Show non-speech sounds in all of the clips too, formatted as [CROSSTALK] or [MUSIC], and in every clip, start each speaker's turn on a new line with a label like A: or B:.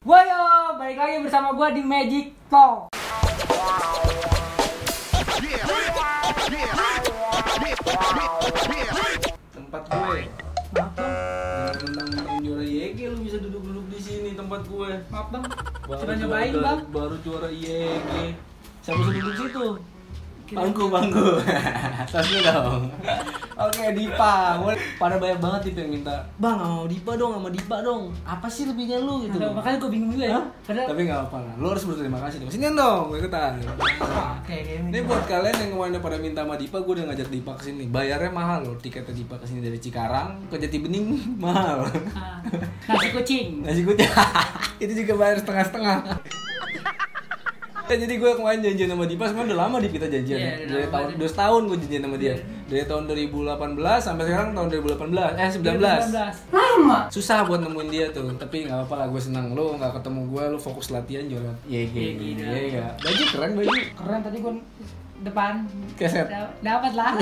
A: Gue yo, balik lagi bersama gue di Magic Talk.
B: tempat gue
A: Maaf bang,
B: jangan mentang-mentang juara YG lu bisa duduk-duduk di sini tempat gue
A: maaf bang.
B: baru
A: Sudah
B: juara-
A: nyobain bang.
B: baru juara YG siapa suruh duduk situ bangku bangku [LAUGHS] satu dong oke Dipa Wal- pada banyak banget Dipa yang minta bang sama Dipa dong sama Dipa dong apa sih lebihnya lu gitu
A: Aduh, makanya gue bingung juga ya.
B: Hah?
A: Padahal
B: tapi nggak apa lah lu harus berterima kasih dong sini dong gue ikutan
A: Oke, oke,
B: ini buat kalian yang kemarin pada minta sama Dipa, gue udah ngajak Dipa kesini. Bayarnya mahal loh, tiketnya Dipa kesini dari Cikarang ke Jati Bening [LAUGHS] mahal.
A: Ah, Nasi kucing.
B: Nasi kucing [LAUGHS] itu juga bayar setengah-setengah. Ya, jadi gue kemarin janjian sama Dipa, sebenarnya udah lama di kita janjian.
A: Iya,
B: ya.
A: udah
B: dari
A: lama Iya.
B: tahun
A: banget.
B: dua tahun gue janjian sama dia. Dari tahun 2018 sampai sekarang tahun 2018 eh
A: 19.
B: 19. Susah buat nemuin dia tuh, tapi nggak apa-apa lah gue senang lo nggak ketemu gue lo fokus latihan jualan. Iya
A: Iya,
B: gitu.
A: gitu.
B: Iya iya. Baju keren baju.
A: Keren tadi gue depan.
B: Keset.
A: Da- Dapat
B: [LAUGHS]
A: lah.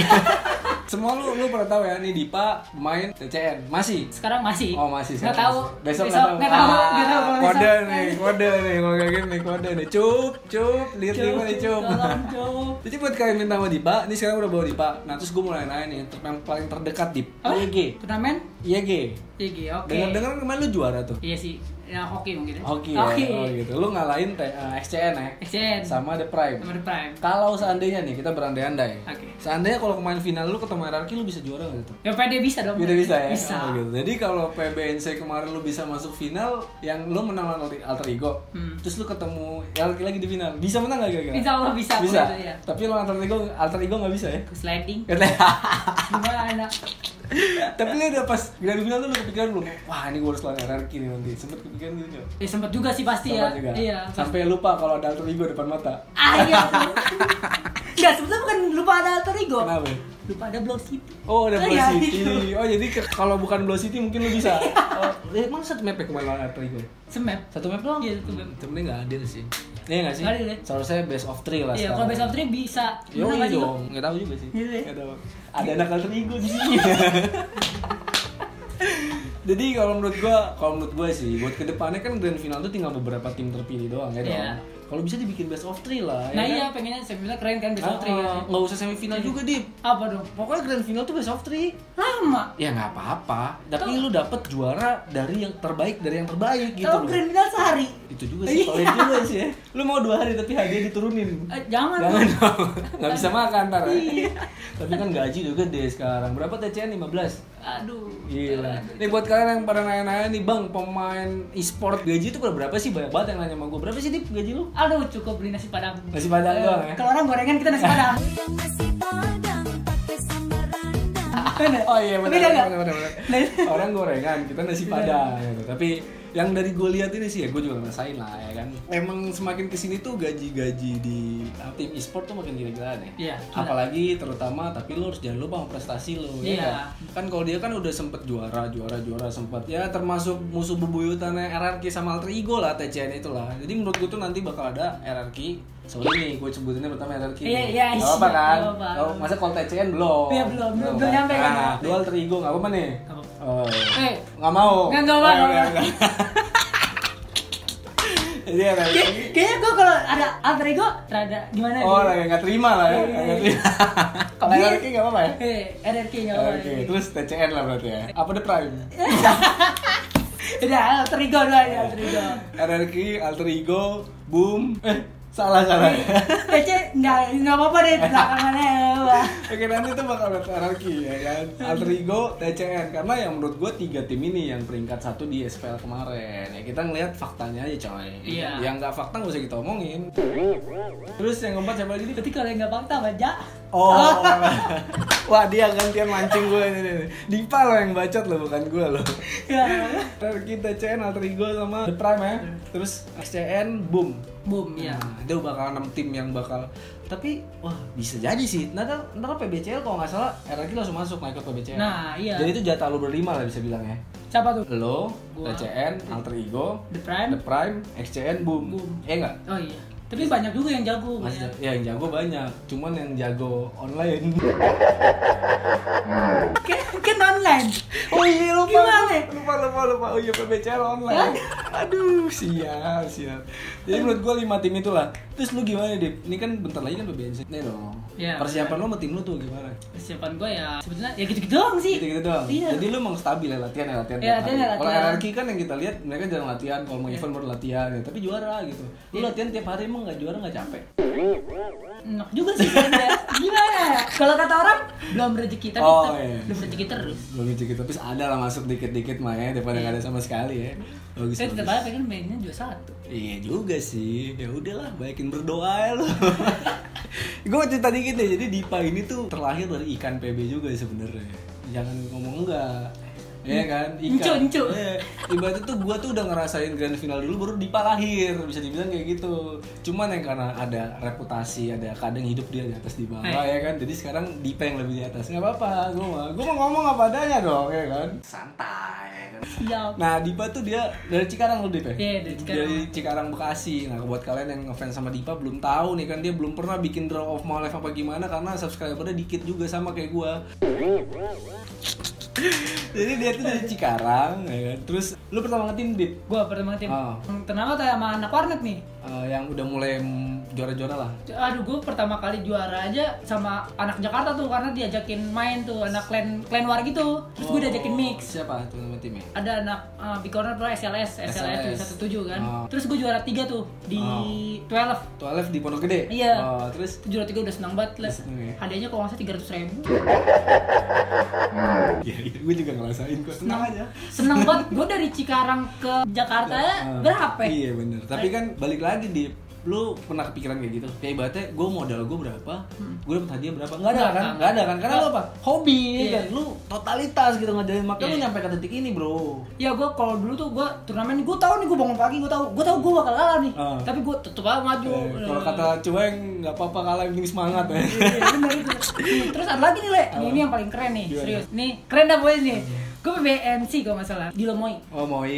B: Semua lu lu pernah tahu ya ini Dipa main TCN masih.
A: Sekarang masih.
B: Oh masih.
A: Nggak
B: sekarang
A: tahu.
B: masih. Besok
A: nggak tahu. Nggak tahu.
B: Ah,
A: kalau
B: Kode
A: besok.
B: nih, kode nih, kalau kayak gini kode nih. Cup, cup, lihat
A: Cukup,
B: lima nih cup.
A: tolong, cukup.
B: Jadi buat kalian minta sama Dipa, ini sekarang udah bawa Dipa. Nah terus gue mulai nanya nih, yang paling terdekat Dip. Iya,
A: Apa?
B: YG,
A: Turnamen?
B: YG.
A: Iya, oke.
B: Dengar dengar kan kemarin lu juara tuh.
A: Iya sih, ya hoki mungkin. ya.
B: Oke, ya.
A: Hoki.
B: oh gitu. Lu ngalahin T- eh, SCN ya,
A: Action.
B: sama The Prime.
A: Nomor prime.
B: Kalau seandainya nih kita berandai-andai,
A: Oke.
B: seandainya kalau kemarin final lu ketemu RRQ lu bisa juara nggak tuh?
A: Ya PD bisa dong.
B: Gitu bisa ya?
A: Bisa.
B: Oh, gitu. Jadi kalau PBNC kemarin lu bisa masuk final, yang lu menang lawan alter, alter ego,
A: Hmm.
B: terus lu ketemu LRQ lagi di final, bisa menang gak kira-kira?
A: Insya Allah bisa.
B: Bisa.
A: Gitu, ya.
B: Tapi lawan alter ego, alter ego nggak bisa ya?
A: Ke sliding. Gimana?
B: [LAUGHS] Tapi lu udah pas grand final tuh lu kepikiran belum? Wah ini gue harus lawan RRQ nih nanti. Sempet kepikiran gitu nggak?
A: Ya sempet juga sih pasti ya.
B: Sempet juga.
A: Iya.
B: Sampai lupa kalau ada alter ego depan mata.
A: Ah
B: [LAUGHS]
A: iya. Enggak, sebetulnya bukan lupa ada alter ego.
B: Kenapa?
A: Lupa ada Blow City.
B: Oh, ada
A: Oh,
B: Blow
A: iya, [LAUGHS]
B: City.
A: gitu.
B: Oh, jadi ke- kalau bukan Blow City mungkin lu
A: [LAUGHS]
B: bisa. Oh, eh, emang satu map ya kemarin lawan alter ego?
A: Semep.
B: Satu map doang?
A: Iya, satu map.
B: Sebenernya nggak adil sih. Iya nggak sih?
A: Nggak adil ya?
B: Seharusnya best of three lah
A: Iya, kalau best of three bisa.
B: Yo,
A: Menang
B: iya
A: nggak sih, Bang?
B: dong. Nggak tahu juga sih.
A: Gitu ya?
B: Nggak tahu. Ada anak alter ego di sini. [LAUGHS] Jadi kalau menurut gua, kalau menurut gua sih, buat kedepannya kan grand final tuh tinggal beberapa tim terpilih doang ya
A: Iya.
B: dong. Kalau bisa dibikin best of three lah.
A: Nah
B: ya
A: iya,
B: kan?
A: pengennya sebenarnya keren kan best of three. ya.
B: Ah, ah, nggak usah semifinal juga dip.
A: Apa dong?
B: Pokoknya grand final tuh best of three.
A: Lama.
B: Ya nggak apa-apa. Tapi lu dapet juara dari yang terbaik dari yang terbaik gitu.
A: Kalau
B: loh.
A: Green Mile sehari.
B: itu juga sih solid juga sih ya [LAUGHS] lu mau dua hari tapi hadiah diturunin
A: Eh, jangan.
B: jangan
A: Bang.
B: dong nggak bisa makan ntar ya.
A: Iya.
B: tapi kan gaji juga deh sekarang berapa TCN 15
A: Aduh.
B: Gila. Nih buat kalian yang pada nanya-nanya nih bang, pemain e-sport gaji itu berapa sih? Banyak banget yang nanya sama gue. Berapa sih dip gaji lu?
A: Aduh, cukup beli nasi padang.
B: Nasi padang
A: Eh,
B: doang ya?
A: Kalau orang gorengan kita nasi padang. Bener?
B: [LAUGHS] Oh iya
A: Beda
B: benar
A: nggak? Nah, Iya.
B: benar benar.
A: [LAUGHS]
B: Orang gorengan, kita nasi padang gitu. Tapi yang dari gue lihat ini sih ya gue juga ngerasain lah ya kan. Emang semakin kesini tuh gaji-gaji di tim e-sport tuh makin gila-gilaan ya.
A: Iya. gila.
B: apalagi terutama tapi lu harus jangan lupa sama prestasi lu
A: Iya.
B: ya kan? kan kalau dia kan udah sempet juara juara juara sempet ya termasuk musuh bebuyutannya RRQ sama alter ego lah TCN itulah jadi menurut gue tuh nanti bakal ada RRQ sorry nih gue sebutinnya pertama RRQ
A: Iya, iya,
B: Gak apa-apa
A: iya,
B: kan
A: gak apa-apa.
B: Oh, masa kalau TCN belum
A: Iya, belum, belum, belum
B: kan?
A: nyampe kan?
B: nah, dua alter ego gak apa-apa nih
A: Nggak apa-apa.
B: oh.
A: Eh,
B: nggak mau
A: Nggak, nggak apa-apa,
B: Oh,
A: nggak
B: nggak,
A: [LAUGHS]
B: nggak. jadi RRQ
A: kayak- kayaknya gue kalau ada alter ego rada gimana
B: Oh,
A: gitu.
B: lagi nggak terima lah ya,
A: Iya, iya,
B: nggak
A: iya. [LAUGHS]
B: terima. Kalau
A: Iya.
B: RRQ nggak apa-apa ya?
A: Eh, RRQ nggak
B: Oke,
A: apa-apa.
B: terus TCN lah berarti ya. Apa the prime?
A: Eh. Udah, alter ego doang ya, alter ego.
B: RRQ, alter ego, boom. Eh, salah salah.
A: Iya. Tece nggak nggak apa-apa
B: [LAUGHS]
A: deh belakangannya ya apa.
B: Oke nanti tuh bakal ada RRQ ya kan Alter Ego, TCN Karena yang menurut gue tiga tim ini yang peringkat satu di SPL kemarin ya Kita ngelihat faktanya aja coy
A: Iya.
B: Yang nggak fakta nggak usah kita omongin Terus yang keempat siapa lagi? nih?
A: Berarti kalau yang nggak fakta baca.
B: [LAUGHS] Oh Wah dia gantian mancing gue ini nih. Dipa lo yang bacot lo bukan gue lo
A: Ya.
B: Terkit TCN Alter Ego sama The Prime ya. Terus XCN Boom.
A: Boom ya.
B: Nah, itu bakal 6 tim yang bakal tapi wah bisa jadi sih. Nanti ntar PBCL kalau nggak salah RRQ langsung masuk naik ke PBCL.
A: Nah, iya.
B: Jadi itu jatah lu berlima lah bisa bilang ya.
A: Siapa tuh?
B: Lo,
A: Gua.
B: TCN, Alter Ego,
A: The Prime.
B: The Prime, XCN, Boom.
A: Boom.
B: Eh enggak?
A: Oh iya. Tapi banyak juga yang jago.
B: Mas,
A: banyak.
B: ya yang jago banyak, cuman yang jago
A: [LAUGHS]
B: online.
C: Kan, kan online.
B: Oh iya lupa.
C: Gimana?
B: Lupa lupa lupa. Oh iya PBCL online. Aduh, siap, siap. Jadi menurut gua lima tim itulah. Terus lu gimana, Dip? Ini kan bentar lagi kan PBNC. Nih dong.
A: Iya.
B: Persiapan lu sama tim lu tuh gimana?
A: Persiapan gue ya sebetulnya ya gitu-gitu doang sih.
B: Gitu-gitu doang.
A: Iya.
B: Jadi lu emang stabil ya latihan ya latihan.
A: Iya,
B: tiap
A: latihan
B: hari.
A: ya
B: Kalau
A: latihan. Iya.
B: RRQ kan yang kita lihat mereka jarang latihan, kalau mau event baru latihan ya. Tapi juara gitu. Lu latihan tiap hari emang nggak juara nggak capek.
A: Enak juga sih
B: [LAUGHS]
A: sebenarnya. Gimana? ya?
C: Kalau kata orang,
A: Belum rezeki tapi
B: Oh,
A: tetap-
B: iya.
A: belum rezeki terus. Iya.
B: Belum gitu, tapi ada lah masuk dikit-dikit mah ya daripada nggak ada sama sekali ya. Bagus.
A: Saya
B: bagus.
A: tetap aja pengen mainnya juga satu.
B: Iya juga sih. Ya udahlah, baikin berdoa ya [LAUGHS] lo. gue cerita dikit deh. Jadi Dipa ini tuh terlahir dari ikan PB juga sebenarnya. Jangan ngomong enggak. Iya kan?
A: Encu, encu.
B: Iya. Ibaratnya tuh gue tuh udah ngerasain grand final dulu baru Dipa lahir. Bisa dibilang kayak gitu. Cuman yang karena ada reputasi, ada kadang hidup dia di atas di bawah
A: Hai.
B: ya kan. Jadi sekarang Dipa yang lebih di atas. Nggak apa-apa. Gue mau, gua mau ngomong apa adanya dong ya kan. Santai. ya kan?
A: Siap.
B: Nah, Dipa tuh dia dari Cikarang loh, Dip ya?
A: Iya, dari Cikarang.
B: Dari Cikarang Bekasi. Nah, buat kalian yang ngefans sama Dipa belum tahu nih kan dia belum pernah bikin draw of my life apa gimana karena subscribernya dikit juga sama kayak gua. [LAUGHS] Jadi dia tuh dari Cikarang, ya kan? Terus lu pertama ngetim Dip
A: Gue pertama tim.
B: Oh.
A: Kenapa tuh Hmm, sama anak warnet nih?
B: Eh, yang udah mulai mm, juara-juara lah.
A: Aduh, gue pertama kali juara aja sama anak Jakarta tuh karena diajakin main tuh anak clan clan war gitu. Terus
B: Oh.
A: gue diajakin mix.
B: Siapa tuh nama timnya?
A: Ada anak uh, Big Corner Pro SLS, SLS,
B: SLS.
A: 17 kan.
B: Oh.
A: Terus gue juara 3 tuh di
B: Oh.
A: 12.
B: Tuh Alef di Pondok Gede.
A: Iya.
B: Oh, terus
A: Itu juara 3 udah senang banget lah.
B: seneng [LAUGHS] ya?
A: Hadiahnya kalau nggak salah 300 ribu.
B: ya, gue juga ngerasain kok. Senang
A: Nah.
B: aja.
A: Senang banget. Gue dari Cikarang ke Jakarta
B: Eh,
A: berapa ya?
B: Iya bener. Tapi kan balik lagi di lu pernah kepikiran kayak gitu kayak ibaratnya gue modal gue berapa gue dapet hadiah berapa nggak
A: Hmm.
B: ada
A: Nggak,
B: kan
A: nggak.
B: nggak ada kan karena lu apa hobi
A: Iya.
B: kan lu totalitas gitu ngadain makanya lu
A: Iya.
B: nyampe ke titik ini bro
A: Ya gue kalau dulu tuh gue turnamen gue tahu nih gue bangun pagi gue tahu gue tahu gue bakal kalah nih
B: Ah.
A: tapi gue tetep aja maju.
B: Eh, kalau kata cueng nggak apa-apa kalah yang penting semangat ya
A: Iya, bener itu. Terus ada lagi nih, Le. Nih, ini yang paling keren nih,
B: Gimana?
A: serius. Nih, keren dah boy nih. Gue PBNC kalau nggak salah, di Lomoi.
B: [LAUGHS] oh moi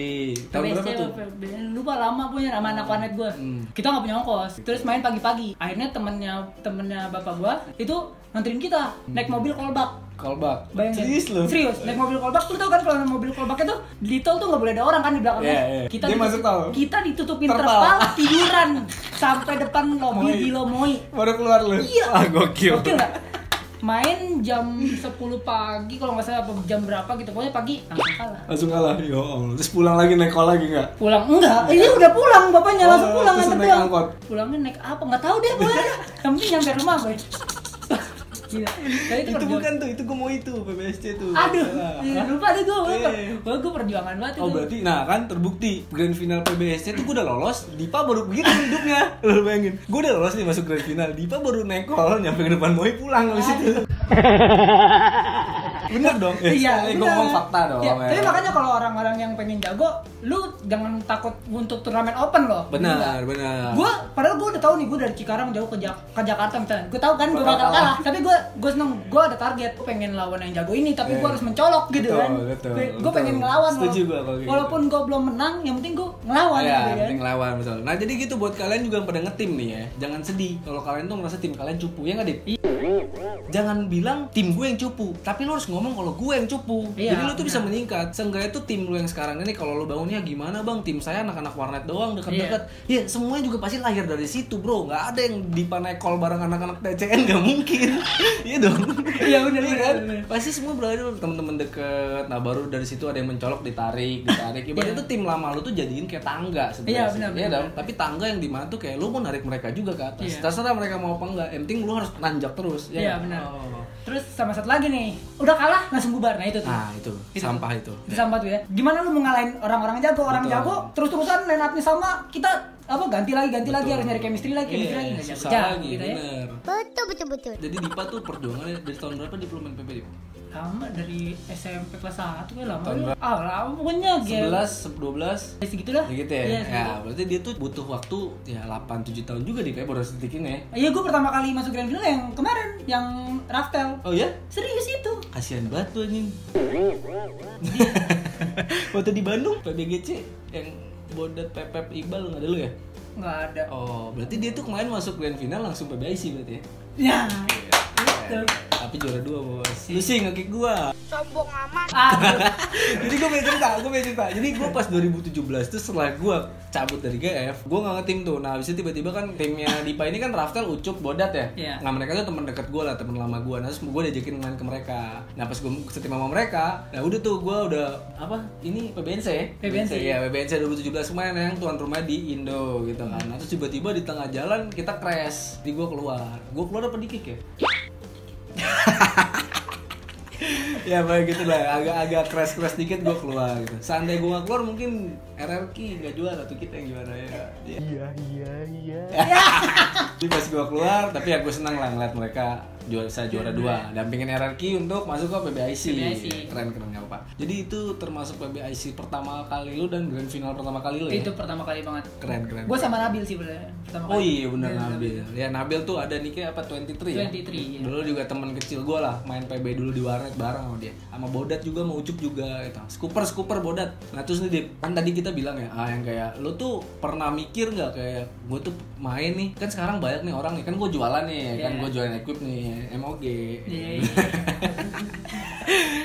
B: tahun
A: PBNC,
B: berapa tuh
A: PBNC, lupa lama punya nama anak warnet gue.
B: Hmm.
A: Kita nggak punya ongkos. Terus main pagi-pagi. Akhirnya temennya temennya bapak gue itu nganterin kita naik mobil kolbak.
B: callback
A: Bayangin.
B: serius lu
A: Serius, naik mobil kolbak lu tau kan kalau naik mobil kolbaknya tuh di tol tuh nggak boleh ada orang kan di belakangnya.
B: Iya, iya. Dia
A: ditutup-
B: masuk tol.
A: Kita ditutupin
B: Terpal.
A: terpal,
B: [LAUGHS]
A: tiduran sampai depan lobby
B: Moi.
A: di Lomoi.
B: baru keluar lu
A: Iya.
B: ah gokil
A: Gokil nggak? Main jam 10 pagi kalau nggak salah apa jam berapa gitu. Pokoknya pagi langsung kalah.
B: langsung kalah ya Allah terus pulang lagi naik call lagi nggak
A: Pulang enggak? Ini udah pulang, bapaknya
B: Iya. Oh,
A: langsung pulang
B: terus
A: nganter
B: naik
A: doang.
B: angkot.
A: Pulangnya naik apa? Nggak tahu deh pokoknya. Yang penting nyampe rumah gue. Gila. Tapi
B: itu,
A: perjuangan-
B: bukan tuh itu gue mau itu PBSC tuh
A: Aduh,
B: Salah.
A: iya,
B: Hah?
A: lupa deh gue.
B: Iya.
A: Gue gue perjuangan banget
B: Oh
A: itu.
B: berarti, nah kan terbukti grand final PBSC itu gue udah lolos, Dipa baru begitu hidupnya
A: [LAUGHS]
B: Lo bayangin, gue udah lolos nih masuk grand final, Dipa baru nekol nyampe ke depan Moi pulang habis itu Bener dong?
A: Iya,
B: eh,
A: bener.
B: gua ngomong fakta dong
A: Iya,
B: ya.
A: Tapi makanya kalau orang-orang yang pengen jago, lu jangan takut untuk turnamen open loh.
B: Benar, benar
A: gue padahal gue udah tahu nih gue dari Cikarang jauh ke, Jak- ke Jakarta misalnya gue tahu kan gue
B: Bakal
A: bakal
B: kalah.
A: kalah tapi gue gue seneng gue ada target gue pengen lawan yang jago ini tapi gue
B: Eh,
A: harus mencolok gitu
B: betul,
A: kan
B: betul,
A: gue
B: betul.
A: pengen ngelawan
B: Setuju
A: walaupun-
B: gua kalau kayak gitu.
A: walaupun gue belum menang yang penting gue ngelawan
B: Iya,
A: gitu kan
B: penting lawan betul. Nah, jadi gitu buat kalian juga yang pada ngetim nih ya. Jangan sedih kalau kalian tuh merasa tim kalian cupu ya nggak, Dit?
A: Iya.
B: Jangan bilang tim gue yang cupu, tapi lo harus ngomong kalau gue yang cupu.
A: Iya,
B: jadi lo tuh
A: benar.
B: bisa meningkat. Seenggaknya tuh tim lo yang sekarang ini kalau lo bangunnya gimana, Bang? Tim saya anak-anak warnet doang deket-deket.
A: Iya.
B: Ya, semuanya juga pasti lahir dari situ, Bro. nggak ada yang dipanai kol bareng anak-anak TCN nggak mungkin. [LAUGHS] Iya dong.
A: Iya, benar,
B: Iya
A: benar,
B: kan?
A: benar.
B: Pasti semua berada dari teman-teman deket. Nah, baru dari situ ada yang mencolok ditarik, ditarik. Ibaratnya
A: Iya.
B: tuh tim lama lo tuh jadiin kayak tangga
A: Iya,
B: sebenarnya.
A: benar,
B: Iya
A: benar.
B: dong. Tapi tangga yang di mana tuh kayak lu mau narik mereka juga ke atas.
A: Iya.
B: Terserah mereka mau apa enggak. Yang penting lu harus nanjak terus.
A: iya
B: nggak?
A: benar
B: Oh.
A: terus sama satu lagi nih udah kalah langsung bubar nah itu tuh
B: Nah, itu,
A: Itu.
B: sampah itu.
A: itu sama tuh ya gimana lu mau ngalahin orang-orang jago orang
B: Betul.
A: jago terus-terusan line up-nya sama kita apa ganti lagi ganti lagi
B: Betul.
A: harus nyari chemistry lagi chemistry
B: Iya,
A: lagi nggak
B: susah
A: jago-jago
B: lagi,
A: gitu ya
B: bener.
D: Betul betul betul.
B: Jadi Dipa tuh perjuangannya dari tahun berapa di Plumen PP
A: Iya.
B: Dip?
A: lama dari SMP kelas 1 ya lama
B: Tahun
A: ya.
B: berapa?
A: ah lama pokoknya game
B: 11,
A: ya
B: 12,
A: segitulah
B: Ya gitu ya.
A: iya
B: Ya,
A: segitu.
B: berarti dia tuh butuh waktu ya 8 7 tahun juga di baru setikin ya.
A: iya gue pertama kali masuk grand final yang kemarin yang raftel
B: Oh ya?
A: serius itu
B: Kasihan banget [LAUGHS] tuh anjing. Waktu di Bandung PBGC yang Bodat Pepep Iqbal nggak ada lu ya?
A: nggak ada
B: Oh, berarti dia tuh kemarin masuk grand final langsung PBIC berarti ya?
A: ya
B: Iya.
A: gitu. itu
B: Tapi juara dua bos. Lu sih ngekick gua.
A: ah
B: Jadi gua punya cerita, gua punya cerita. Jadi gua pas 2017 tuh setelah gua cabut dari GF, gua nggak ngetim tuh. Nah, habis itu tiba-tiba kan timnya Dipa ini kan Raftel, Ucup, Bodat ya.
A: Iya.
B: Nah, mereka tuh teman dekat gua lah, teman lama gua. Nah, terus gua diajakin main ke mereka. Nah, pas gua setim sama mereka, nah udah tuh gua udah apa? Ini PBNC ya?
A: PBNC.
B: Iya, PBNC 2017 kemarin yang tuan rumah di Indo gitu kan. Nah, terus tiba-tiba di tengah jalan kita crash. Di gua keluar. Gua keluar apa dikik ya? ya baik gitu lah agak-agak crash crash dikit gue keluar gitu seandainya gue gak keluar mungkin RRQ nggak juara tuh kita yang juara ya iya iya iya [LAUGHS] jadi pas gue keluar tapi ya gue senang lah ngeliat mereka juara bisa juara dua dampingin RRQ untuk masuk ke PBIC,
A: PBIC.
B: keren keren nggak apa jadi itu termasuk PBIC pertama kali lu dan grand final pertama kali lu ya?
A: itu pertama kali banget
B: keren keren
A: gue sama Nabil sih bener pertama
B: Oh
A: kali
B: iya benar Nabil. Ya Nabil tuh ada nih kayak apa 23 ya?
A: 23 ya.
B: Dulu juga teman kecil gue lah main PB dulu di warnet bareng sama dia. Sama Bodat juga mau Ucup juga itu. Scooper Scooper Bodat. Nah terus nih Dip, kan tadi kita bilang ya, ah yang kayak lu tuh pernah mikir nggak kayak gue tuh main nih kan sekarang banyak nih orang nih kan gue jualan nih kan
A: Iya.
B: gue jualan equip nih MOG.
A: Iya, iya.
B: [LAUGHS]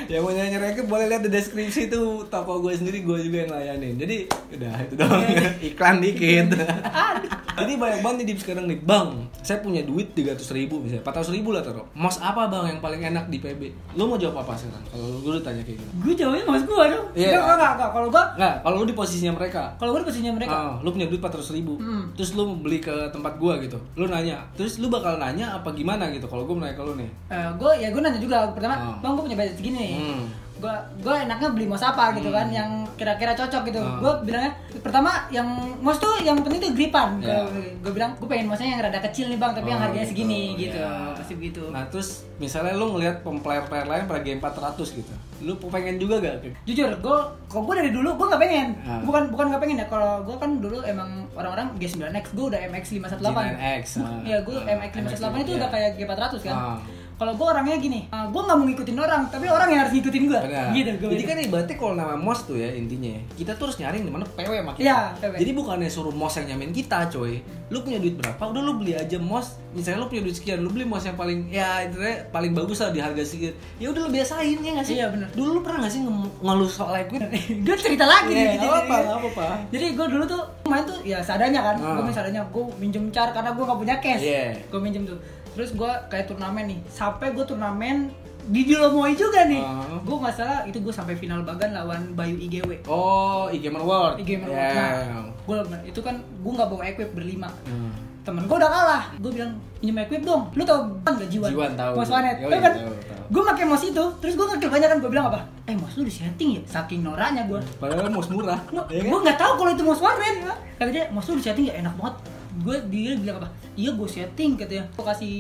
B: ya mau nyari equip boleh lihat di deskripsi tuh toko gue sendiri gue juga yang layanin. Jadi udah itu
A: Iya,
B: dong [LAUGHS] iklan
A: [LAUGHS]
B: dikit.
A: Ah.
B: Jadi banyak banget nih Dip, sekarang nih Bang, saya punya duit 300 ribu misalnya 400 ribu lah taruh Mas apa bang yang paling enak di PB? Lu mau jawab apa sekarang? Kalau lu- gue ditanya kayak gitu
A: gue jawabnya mas gue dong
B: Iya.
A: kan? Nggak, nggak, nggak, nggak. kalau gue
B: Nggak, kalau lu di posisinya mereka
A: kalau gue pastinya mereka
B: Ah, lu punya duit 400 ribu
A: Hmm.
B: Terus lu beli ke tempat gua gitu Lu nanya Terus lu bakal nanya apa gimana gitu Kalau gua nanya ke lu nih
A: gue ya gue nanya juga pertama
B: Oh.
A: bang gue punya budget segini nih
B: Hmm.
A: gue gue enaknya beli mos apa gitu kan yang kira-kira cocok gitu
B: Oh.
A: gue bilangnya pertama yang mos tuh yang penting tuh gripan
B: Ya.
A: gue bilang gue pengen mosnya yang rada kecil nih bang tapi yang
B: Oh,
A: harganya
B: gitu.
A: segini gitu
B: Ya.
A: pasti begitu
B: Nah terus misalnya lu ngeliat player-player lain pada game 400 gitu Lu pengen juga gak?
A: [LAUGHS] jujur gue kok gue dari dulu gue nggak pengen
B: Ah.
A: bukan bukan nggak pengen ya kalau gue kan dulu emang orang-orang G9X gue udah MX 518 [LAUGHS]
B: G9X ah.
A: ya gue
B: Ah,
A: MX 518 itu
B: iya.
A: udah kayak G400 kan
B: Ah.
A: kalau gue orangnya gini ah, gue nggak mau ngikutin orang tapi orang yang harus ngikutin gue
B: Benar.
A: gitu gue
B: Jadi kan ibaratnya kalau nama mos tuh ya intinya ya, kita tuh harus nyari di mana PW sama kita.
A: Iya, PW.
B: Jadi bukannya suruh mos yang nyamain kita, coy. Lu punya duit berapa? Udah lu beli aja mos. Misalnya lu punya duit sekian, lu beli mos yang paling ya intinya paling bagus lah di harga sekian. Ya udah lu biasain ya nggak sih?
A: Iya, benar.
B: Dulu lu pernah nggak sih nge- ngeluh soal equip?
A: [LAUGHS] gue cerita lagi
B: Iya,
A: nih
B: nggak apa-apa, nggak apa-apa.
A: jadi gue dulu tuh main tuh ya seadanya kan
B: Ah.
A: gue main seadanya gue minjem car karena gue gak punya cash
B: Iya.
A: gue minjem tuh terus gue kayak turnamen nih sampai gue turnamen di Dilomoi juga nih
B: Ah.
A: gue nggak salah itu gue sampai final bagan lawan Bayu IGW
B: Oh, e-gamer world.
A: IGW
B: Iya.
A: gue itu kan gue nggak bawa equip berlima
B: Hmm.
A: temen gue udah kalah gue bilang pinjam equip dong lu tau kan gak jiwan
B: Jiwan tahu.
A: mos wanet
B: Yoi,
A: Tau kan
B: tahu, tahu.
A: gue pakai mos itu terus gue ngekill banyak kan gue bilang apa eh mos lu di setting ya saking noranya gue
B: Padahal mos murah. Iya kan? Iya.
A: gue nggak tahu kalau itu mos wanet kata dia mos lu di setting ya enak banget gue dia bilang apa iya gue setting katanya gue kasih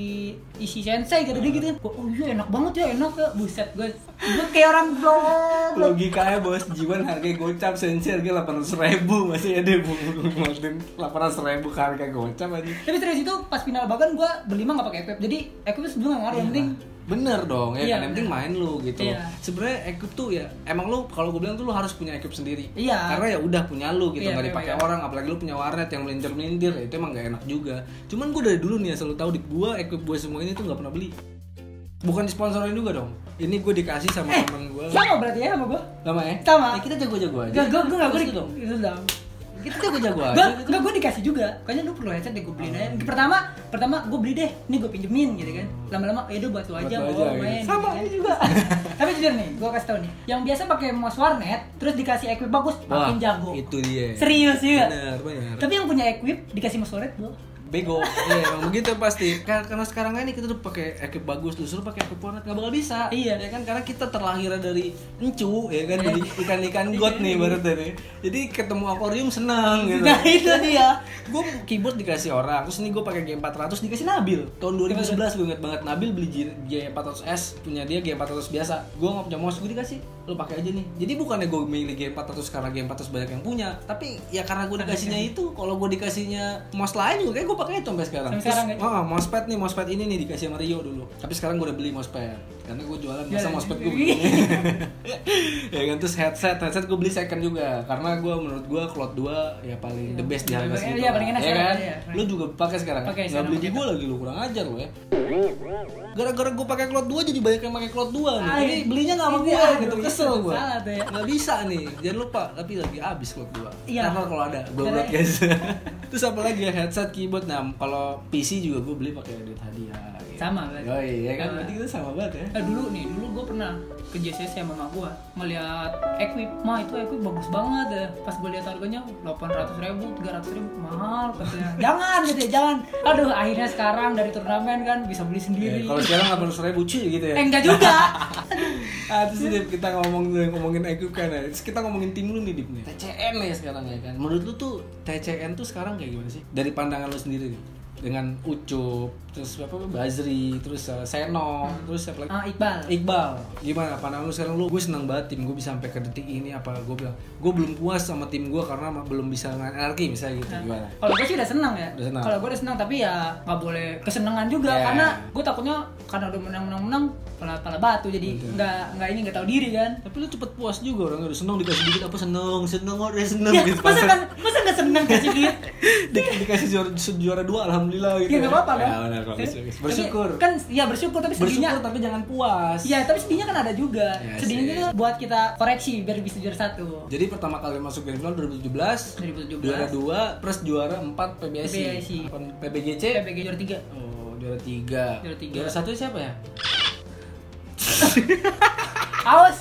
A: isi sensei kata dia gitu Gua, oh iya enak banget ya enak ya buset gue gue kayak orang goblok
B: logikanya bos jiwan harga gocap sensi harga delapan ratus ribu masih ada bu Martin delapan ratus ribu harga gocap aja
A: tapi serius itu pas final bahkan gue berlima nggak pakai equip jadi equip sebelumnya nggak
B: Iya.
A: ngaruh yang penting
B: bener dong
A: Iya,
B: ya kan yang penting main lu gitu
A: Iya.
B: sebenarnya equip tuh ya emang lu kalau gue bilang tuh lu harus punya equip sendiri
A: Iya.
B: karena ya udah punya lu gitu
A: Iya,
B: nggak
A: memang,
B: dipakai
A: iya.
B: orang apalagi lu punya warnet yang melintir melintir ya itu emang nggak enak juga cuman gue dari dulu nih ya selalu tahu di gua equip gue semua ini tuh nggak pernah beli bukan disponsorin juga dong ini gue dikasih sama
A: Eh,
B: temen gue
A: sama berarti ya sama gue
B: sama ya
A: Sama.
B: Ya, kita jago-jago aja
A: Gak, gue gue gak gue
B: Terus dong
A: itu dong.
B: kita jago-jago aja
A: Gue gue gue dikasih juga. Kayaknya lu perlu headset deh gue beliin aja. Pertama pertama gue beli deh. Nih gue pinjemin gitu kan. Lama-lama ya udah buat lu aja
B: lu
A: mau
B: aja, gitu.
A: main.
B: Sama,
A: ini juga. kan. [LAUGHS] Tapi jujur nih, gue kasih tau nih. Yang biasa pakai mouse warnet terus dikasih equip bagus
B: Wah,
A: makin jago.
B: Itu dia.
A: Serius iya. juga.
B: Bener, bener.
A: Tapi yang punya equip dikasih mouse warnet belum.
B: Bego. Iya, emang begitu pasti. Kar- Karena sekarang ini kita udah pakai equip bagus, disuruh pakai equip warnet nggak bakal bisa.
A: Iya.
B: Ya kan karena kita terlahir dari encu, ya kan
A: [LAUGHS]
B: jadi ikan-ikan got nih baru tadi. Jadi ketemu akuarium senang gitu.
A: Iya. [LAUGHS] Nah, itu dia.
B: gue keyboard dikasih orang, terus ini gue pakai G 400 dikasih Nabil. Tahun 2011 gue inget banget Nabil beli G 400S punya dia G 400 biasa. Gue nggak punya mouse gue dikasih, lo pakai aja nih. Jadi bukannya gue milih G 400 karena G 400 banyak yang punya, tapi ya karena gue dikasihnya itu, kalau gue dikasihnya mouse lain juga kayak gue pakai itu sampai sekarang.
A: Sampai sekarang,
B: Terus- "Oh,
A: ya?
B: Ah, mousepad nih, mousepad ini nih dikasih sama Rio dulu. Tapi sekarang gue udah beli mousepad. karena gue jualan masa
A: Jualan.
B: mau gue beli [LAUGHS] ya kan terus headset headset gue beli second juga karena gue menurut gue Cloud 2 ya paling the best di harga
A: Iya,
B: segitu
A: iya, paling enak
B: ya
A: sekarang,
B: kan
A: iya.
B: lu juga pakai sekarang
A: Pakai
B: nggak
A: sekarang,
B: beli di
A: pakai.
B: gue lagi lu kurang ajar lu ya gara-gara gue pakai Cloud 2 jadi banyak yang pakai Cloud 2 nih
A: Ay.
B: jadi belinya nggak sama
A: Iya,
B: gue
A: aduh,
B: gitu
A: iya,
B: kesel gue
A: salah tuh ya.
B: nggak bisa nih jangan lupa tapi lagi habis Cloud 2
A: Iya.
B: Ntar kalau ada gue
A: Karena-
B: buat guys [LAUGHS] terus apa lagi ya headset keyboard nah kalau PC juga gue beli pakai duit hadiah gitu.
A: Sama berarti.
B: Yoi, ya kan
A: Sama.
B: berarti kita sama banget ya
A: Nah, dulu nih, dulu gue pernah ke JCC sama mama gue ngeliat equip, ma itu equip bagus banget ya. Pas gue lihat harganya 800 ribu, 300 ribu, mahal
B: [LAUGHS]
A: katanya. jangan gitu ya, jangan. Aduh, akhirnya sekarang dari turnamen kan bisa beli
B: Ya,
A: sendiri.
B: kalau sekarang nggak perlu seribu cuy gitu ya
A: eh enggak
B: [LAUGHS]
A: juga.
B: ah, terus nih, Dip, kita ngomong ngomongin IQ kan ya terus kita ngomongin tim lu nih Dip nih. TCN ya sekarang ya kan menurut lu tuh TCN tuh sekarang kayak gimana sih dari pandangan lu sendiri nih dengan Ucup terus apa Bazri terus eh, Seno terus siapa lagi
A: Ah, Iqbal.
B: Iqbal, gimana pandangan lu sekarang lu? Gue senang banget tim gue bisa sampai ke detik ini apa gue bilang gue belum puas sama tim gue karena ma- belum bisa main anarki misalnya gitu gimana?
A: Kalau gue sih udah senang ya.
B: Udah senang.
A: Kalau gue udah senang tapi ya nggak boleh kesenangan juga
B: Ya.
A: karena gue takutnya karena udah menang-menang-menang pala pala batu jadi
B: Betul.
A: nggak nggak ini nggak tahu diri kan.
B: Tapi lu cepet puas juga orang udah seneng dikasih dikit apa seneng seneng udah seneng
A: Ya,
B: gitu
A: masa
B: pasang.
A: kan masa nggak senang kasih duit?
B: Di- dikasih juara, juara dua alhamdulillah gitu.
A: Ya nggak apa-apa
B: Ya,
A: kan.
B: benar, bagus,
A: Tapi-
B: bagus. Bersyukur.
A: Kan ya bersyukur tapi sedihnya
B: bersyukur tapi jangan puas.
A: Ya, tapi sedihnya kan ada juga.
B: Ya
A: sedihnya
B: sih.
A: itu buat kita koreksi biar bisa juara satu.
B: Jadi pertama kali masuk grand final
A: 2017.
B: 2017, juara 2 plus juara 4 PBSC.
A: PBSC.
B: Apa, PBGC.
A: PPG juara tiga.
B: Oh, juara 3.
A: Juara tiga.
B: Juara 1 siapa ya?
A: Awas.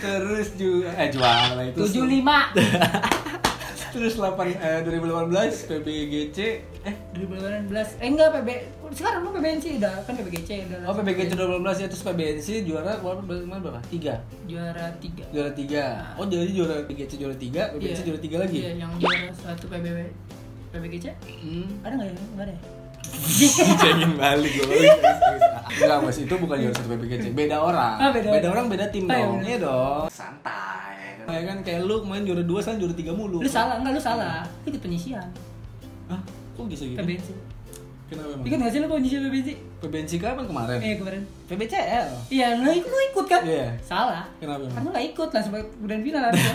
B: Terus juga eh juara itu.
A: 75.
B: Terus 8 eh, 2018 PBGC eh
A: 2018. Eh enggak PB. Sekarang lu PBNC udah kan PBGC udah.
B: oh PBGC 2018 ya terus PBNC juara berapa berapa berapa? 3.
A: juara tiga.
B: Juara 3. Oh jadi juara PBGC juara 3, PBNC
A: Iya.
B: juara 3 lagi.
A: Iya, yang juara satu PBB PBGC.
B: Hmm.
A: Ada nggak ya? Nggak ada. ya?
B: Dicengin [LAUGHS] balik gue Enggak mas, itu bukan juara satu PPKC Hmm. Beda orang
A: Ah, beda orang.
B: orang, beda tim
A: Ah, iya
B: dong
A: bener.
B: Iya dong Santai Kayak kan kayak lu main juara 2, sekarang juara 3 mulu
A: Lu salah, enggak lu salah. Lu ikut penyisian
B: Hah? Kok bisa gitu?
A: PBNC.
B: Kenapa
A: Ikut
B: emang?
A: nggak sih lu penyisian PBNC?
B: PBNC kapan kemarin?
A: Eh kemarin.
B: PBCL
A: Iya, lu ikut, lu ikut kan?
B: Iya.
A: Salah.
B: Kenapa
A: Karena
B: emang?
A: nggak ikut langsung ke grand [LAUGHS] final harusnya.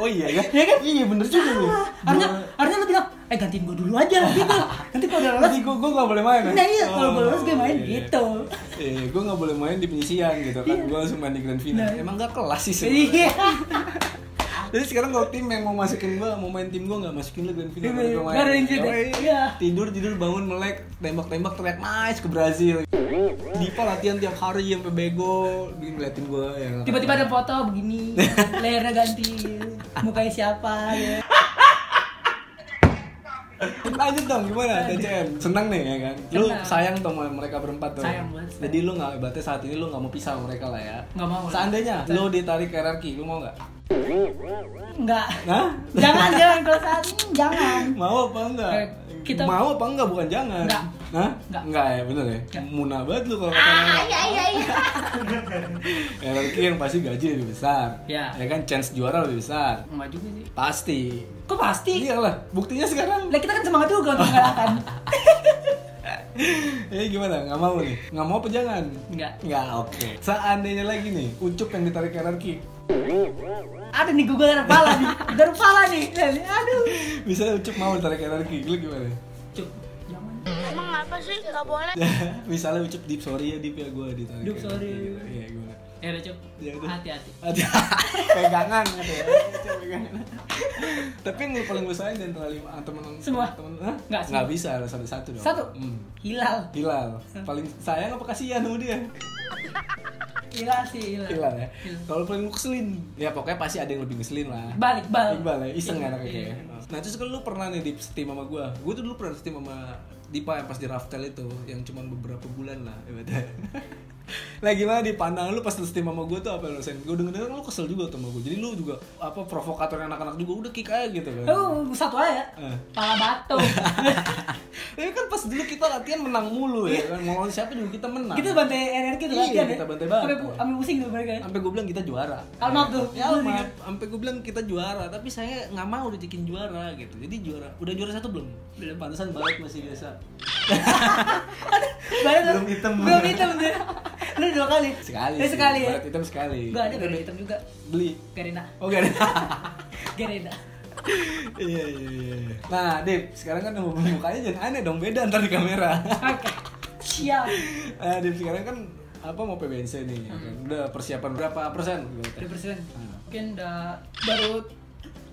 B: Oh iya ya? Iya kan? Iya bener juga lu
A: Salah. Harusnya harusnya lu bilang, "Eh gantiin gua dulu aja." Gitu. Nanti kalau udah lolos,
B: Nanti gue gak boleh main ya?
A: Nah iya, kalau
B: Oh,
A: gue lolos gue main
B: iya, iya.
A: gitu.
B: Iya, gue gak boleh main di penyisian gitu kan
A: Iya.
B: Gue langsung main di grand final
A: Nah.
B: Emang gak kelas sih sebenarnya.
A: Iya.
B: Jadi sekarang kalau tim yang mau masukin gua, mau main tim gua nggak masukin lu grand final.
A: Iya,
B: baru gua main.
A: baru yang gitu.
B: Yoi.
A: Iya.
B: Tidur tidur bangun melek, tembak tembak teriak nice ke Brazil. Dipa latihan tiap hari sampai bego, dia ngeliatin gua ya. yang
A: Tiba-tiba ada foto begini, layarnya ganti, mukanya siapa ya.
B: Lanjut dong gimana TCM? Senang nih ya kan? Lu
A: Senang.
B: sayang tuh sama mereka berempat tuh.
A: Sayang banget, sayang.
B: Jadi lu nggak berarti saat ini lu nggak mau pisah sama mereka lah ya.
A: Nggak mau lah.
B: Seandainya lu ditarik ke RRQ, lu mau nggak?
A: Enggak.
B: Hah?
A: Jangan, jangan kalau saat ini jangan.
B: Mau apa enggak?
A: Eh, kita-
B: Mau apa enggak bukan jangan.
A: Enggak.
B: Hah?
A: Enggak.
B: ya, bener ya.
A: Enggak.
B: Munah banget lu kalau kata orang.
C: Iya iya iya.
B: [LAUGHS] RRQ yang pasti gaji lebih besar.
A: Ya.
B: Ya kan chance juara lebih besar.
A: Enggak juga sih. Iya.
B: Pasti.
A: Kok pasti?
B: Iyalah, buktinya sekarang.
A: Lah kita kan semangat juga untuk mengalahkan.
B: Eh gimana? Nggak mau nih. Nggak mau apa jangan?
A: Enggak.
B: Nggak, oke. Seandainya lagi nih, Ucup yang ditarik ke RRQ.
A: Ada nih gue dari kepala nih. Dari kepala nih. Lihat nih, Aduh.
B: Misalnya Ucup mau ditarik ke RRQ, lu gimana? [LAUGHS]
A: Cuk, jangan.
D: Emang apa sih? Gak boleh.
B: Misalnya Ucup deep sorry ya, deep ya gue ditarik.
A: Deep
B: ke
A: sorry.
B: RRQ gitu. Iya, gimana?
A: Ya udah, Cuk.
B: Ya udah.
A: Hati-hati.
B: ada pegangan gitu ya Coba pegangan. [LAUGHS] tapi yang lu paling lu sayang dan terlalu teman
A: Semua.
B: teman Hah?
A: Nggak, semua.
B: nggak bisa harus ada satu dong
A: Satu.
B: Hmm.
A: Hilal.
B: Hilal paling sayang apa kasihan sama dia
A: Hilal sih, hilal.
B: Hilal ya kalau paling lu keselin ya pokoknya pasti ada yang lebih ngeselin lah
A: Balik, balik.
B: Iqbal ya, iseng
A: Iya,
B: kan anaknya
A: iya.
B: kayak. Nah terus kan lu pernah nih di steam sama gue Gue tuh dulu ya, [LAUGHS] pernah steam sama Dipa yang pas di Raftel itu Yang cuma beberapa bulan lah ibaratnya. Lah gimana di pandangan lu pas lu steam sama gue tuh apa lu sen? Gue denger denger lu kesel juga tuh sama gue. Jadi lu juga apa provokator anak-anak juga udah kick aja gitu kan.
A: Oh, satu aja.
B: Eh.
A: Pala
B: [LAUGHS]
A: batu.
B: Tapi kan pas dulu kita latihan menang mulu ya kan. Mau lawan siapa dulu kita menang.
A: Iya. Kita bantai energi tuh
B: Iya,
A: latihan ya.
B: kita bantai banget.
A: Sampai pu- Sampai pusing tuh mereka. ya.
B: sampai gue bilang kita juara.
A: Almat tuh.
B: Ya almat. Sampai gue bilang kita juara, tapi saya nggak mau dicekin juara gitu. Jadi juara, udah juara satu belum? Belum pantesan balik masih biasa.
A: Barat-
B: Belum hitam.
A: Belum hitam tuh. ya. Lu dua kali.
B: Eh, Sekali.
A: Ya,
B: sih,
A: sekali ya.
B: Barat hitam Iya. sekali.
A: Enggak ada barat hitam juga.
B: Beli.
A: Garena.
B: Oke.
A: Garena.
B: [LAUGHS] iya iya iya. iya. Nah, Dip, sekarang kan mau mukanya jangan aneh dong, beda ntar di kamera. [LAUGHS]
A: Oke. Siap.
B: Nah, Dip sekarang kan apa mau PBNC nih? ya kan? Udah persiapan berapa persen? Gitu.
A: Udah persen.
B: Hmm.
A: Mungkin udah baru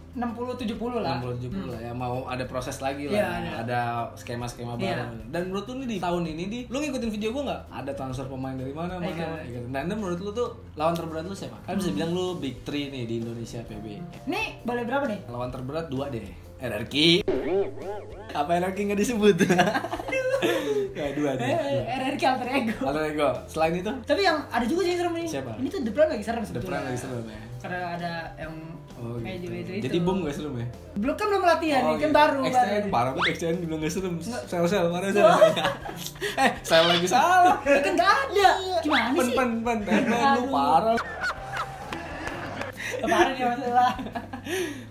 A: 60 70 lah.
B: 60 70 lah ya mau ada proses lagi lah.
A: Hmm.
B: ya,
A: Iya, ada.
B: Ada skema-skema baru.
A: Iya.
B: Dan menurut lu nih di tahun ini di lu ngikutin video gua nggak? Ada transfer pemain dari mana mana.
A: Iya. Hmm.
B: ya kan? Dan menurut lu tuh lawan terberat lu siapa? Kan bisa bilang lu big three nih di Indonesia PB.
A: Nih, balai berapa nih?
B: Lawan terberat dua deh. RRQ. Apa RRQ nggak
A: [LAUGHS]
B: disebut? ya dua deh.
A: Eh, RRQ alter ego.
B: Alter ego. Selain itu,
A: Tapi yang ada juga sih yang serem ini.
B: Siapa?
A: Ini tuh The Plan lagi serem
B: The Plan
A: sebetulnya.
B: lagi serem ya?
A: Karena ada yang
B: Oh,
A: meja
B: gitu.
A: E itu itu.
B: Jadi bom gak serem ya?
A: Belum kan belum latihan nih, kan
B: gitu.
A: baru.
B: XTN
A: baru.
B: parah banget XTN bilang gak serem. Sel sel mana sel? eh, sel lagi salah.
A: Ya kan nggak
B: [LAUGHS]
A: ada. Gimana
B: Pen
A: sih?
B: pen pen pen pen, lu
A: Aduh.
B: parah.
A: Kemarin ya masalah.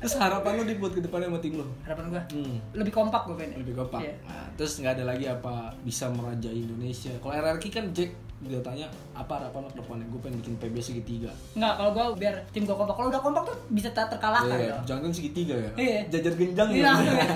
B: Terus harapan lu dibuat ke depannya sama tim lu?
A: Harapan gua
B: Hmm.
A: lebih kompak gua pengen.
B: Lebih kompak.
A: Iya.
B: Nah, terus nggak ada lagi apa bisa merajai Indonesia. Kalau RRQ kan Jack dia tanya apa harapan lo ke depannya? Gue pengen bikin PB segitiga.
A: Nggak, kalau gua biar tim gua kompak. Kalau udah kompak tuh bisa tak terkalahkan.
B: Iya,
A: loh.
B: jangan kan segitiga ya.
A: Iya.
B: Jajar genjang
A: Iya.
B: ya.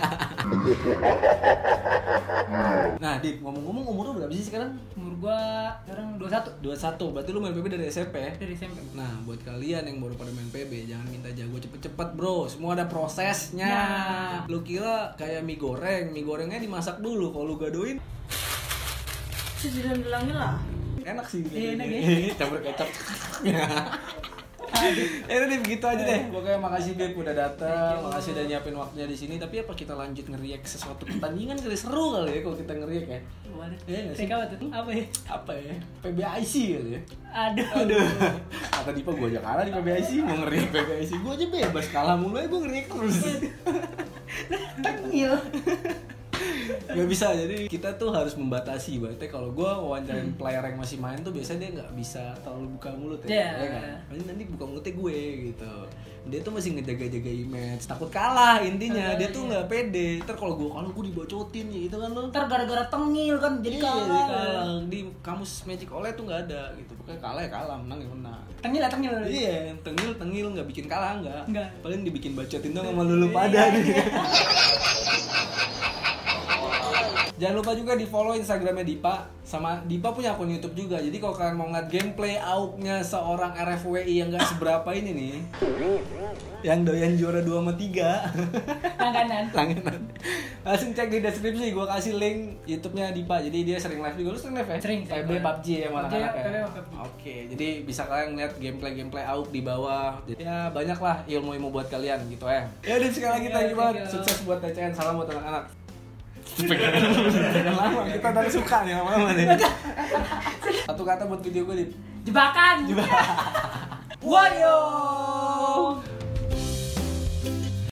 B: Nah, Dip, ngomong-ngomong umur lu berapa sih sekarang?
A: Umur gua sekarang 21
B: 21. Berarti lu main PB dari SMP ya?
A: dari SMP.
B: Nah, buat kalian yang baru pada main PB, jangan minta jago cepet-cepet bro. Semua ada prosesnya.
A: Ya.
B: Lu kira kayak mie goreng, mie gorengnya dimasak dulu. Kalau lu gadoin,
C: Sejalan bilangnya lah.
B: enak sih.
A: Iya, enak ya.
B: Campur [LAUGHS] kecap. Ya udah deh, begitu aja deh. Pokoknya makasih Beb udah datang, makasih udah nyiapin waktunya di sini. Tapi apa kita lanjut ngeriak sesuatu pertandingan kali seru kali ya kalau kita ngeriak ya?
A: Waduh.
B: Iya nggak sih?
A: TK apa tuh? Apa ya?
B: Apa ya? PBIC kali ya?
A: Aduh.
B: Aduh, [LAUGHS] kata Dipa gue aja kalah di PBIC, mau ngeriak PBIC Gue aja bebas, kalah mulu aja gue ngeriak [LAUGHS] terus
A: Tengil.
B: Gak bisa, jadi kita tuh harus membatasi Berarti kalau gue wawancarain player yang masih main tuh biasanya dia gak bisa terlalu buka mulut ya
A: Iya.
B: Iya kan? Paling nanti buka mulutnya gue gitu Dia tuh masih ngejaga-jaga image, takut kalah
A: Iya,
B: intinya Dia tuh gak pede, ntar kalau gue kalau gue dibocotin ya gitu kan lo
A: Ntar gara-gara tengil kan jadi
B: Iya,
A: kalah.
B: jadi kalah. Di kamus Magic Oleh tuh gak ada gitu Pokoknya kalah ya kalah, menang ya menang
A: Tengil lah tengil.
B: Iya, tengil tengil nggak bikin kalah nggak?
A: Nggak. Iya.
B: Paling dibikin bacotin dong sama lulu pada
A: [LAUGHS]
B: gitu. nih. Jangan lupa juga di follow Instagramnya Dipa sama Dipa punya akun YouTube juga. Jadi kalau kalian mau ngeliat gameplay auknya seorang RFWI yang nggak seberapa ini nih, yang doyan juara 2 sama [LAUGHS] 3
A: Langganan.
B: langganan. Langsung cek di deskripsi, gua kasih link YouTube-nya Dipa. Jadi dia sering live juga. Lu sering live ya?
A: Sering, sering
B: PB
A: live.
B: PUBG ya mana
A: PUBG,
B: anak
A: PB,
B: ya.
A: PUBG.
B: Oke, jadi bisa kalian lihat gameplay-gameplay AUK di bawah. Jadi ya banyak lah ilmu-ilmu buat kalian gitu ya. Ya udah sekali lagi
A: Iya,
B: thank you banget.
A: thank you.
B: Sukses buat TCN. Salam buat anak-anak. Pegangan lama, kita dari suka nih lama-lama [LAUGHS] nih. Satu kata buat video gue di
A: Jebakan.
B: Jebakan.
A: Wayo.